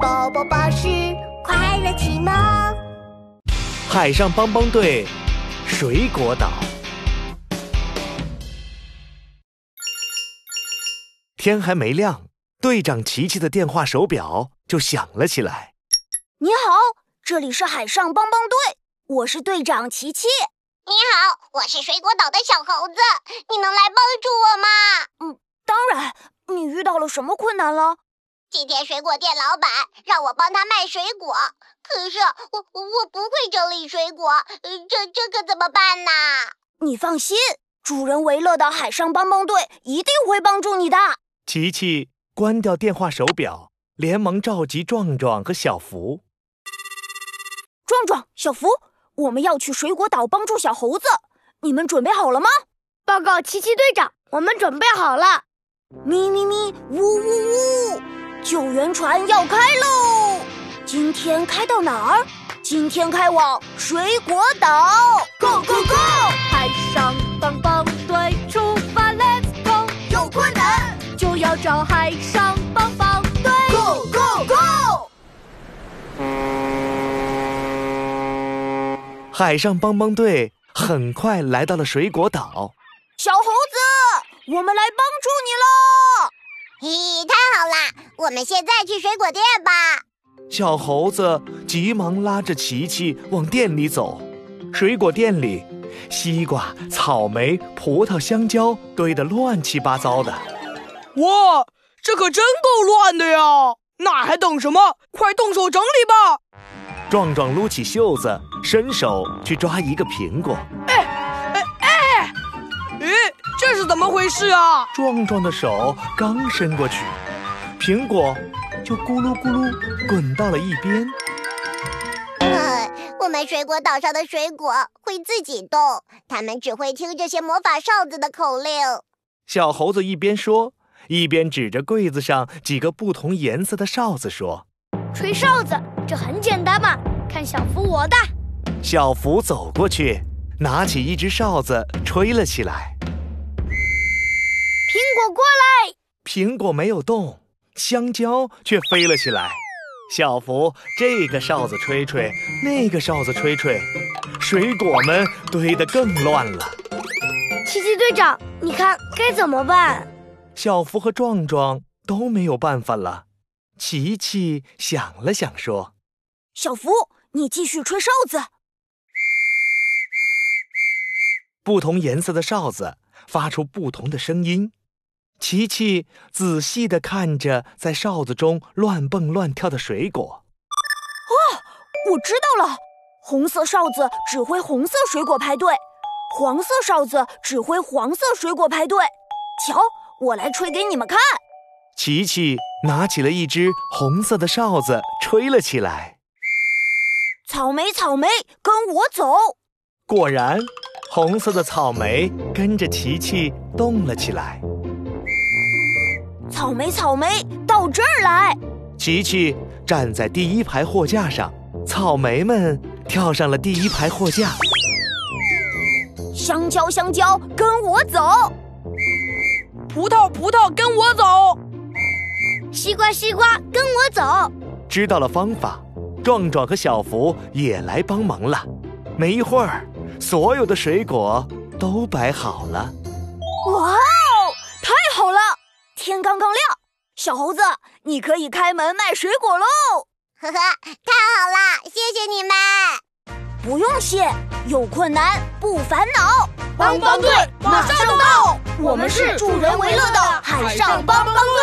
宝宝巴士快乐启蒙。海上帮帮队，水果岛。天还没亮，队长琪琪的电话手表就响了起来。你好，这里是海上帮帮队，我是队长琪琪。你好，我是水果岛的小猴子，你能来帮助我吗？当然，你遇到了什么困难了？今天水果店老板让我帮他卖水果，可是我我不会整理水果，呃这这可怎么办呢？你放心，主人维乐的海上帮帮队一定会帮助你的。琪琪关掉电话手表，连忙召集壮壮和小福。壮壮、小福，我们要去水果岛帮助小猴子，你们准备好了吗？报告奇奇队长，我们准备好了。咪咪咪，呜呜呜，救援船要开喽！今天开到哪儿？今天开往水果岛，Go Go Go！海上帮帮队出发，Let's go！有困难就要找海上帮帮队。 ，Go Go Go！海上帮帮队很快来到了水果岛。小猴子，我们来帮助你喽！咦，太好啦！我们现在去水果店吧。小猴子急忙拉着琪琪往店里走。水果店里，西瓜、草莓、葡萄、香蕉堆得乱七八糟的。哇，这可真够乱的呀！那还等什么？快动手整理吧！壮壮撸起袖子，伸手去抓一个苹果。咦，这是怎么回事啊？壮壮的手刚伸过去，苹果就咕噜咕噜滚到了一边。呃，我们水果岛上的水果会自己动，它们只会听这些魔法哨子的口令。小猴子一边说，一边指着柜子上几个不同颜色的哨子说。吹哨子，这很简单嘛，看小福我的。小福走过去，拿起一只哨子吹了起来。苹果过来，苹果没有动，香蕉却飞了起来。小福这个哨子吹吹，那个哨子吹吹，水果们堆得更乱了。奇奇队长，你看该怎么办？小福和壮壮都没有办法了。琪琪想了想说小福，你继续吹哨子。：“不同颜色的哨子发出不同的声音。”琪琪仔细地看着在哨子中乱蹦乱跳的水果。我知道了，红色哨子指挥红色水果排队，黄色哨子指挥黄色水果排队。瞧，我来吹给你们看。琪琪拿起了一只红色的哨子，吹了起来。草莓，草莓，跟我走！果然，红色的草莓跟着琪琪动了起来。草莓，草莓，到这儿来！琪琪站在第一排货架上，草莓们跳上了第一排货架。香蕉，香蕉，跟我走！葡萄，葡萄，跟我走！西瓜，西瓜，跟我走。知道了方法，壮壮和小福也来帮忙了。没一会儿，所有的水果都摆好了。哇哦，太好了！天刚刚亮，小猴子，你可以开门卖水果喽！呵呵，太好啦！谢谢你们。不用谢，有困难不烦恼，帮帮队马上到我们是助人为乐的海上帮帮队。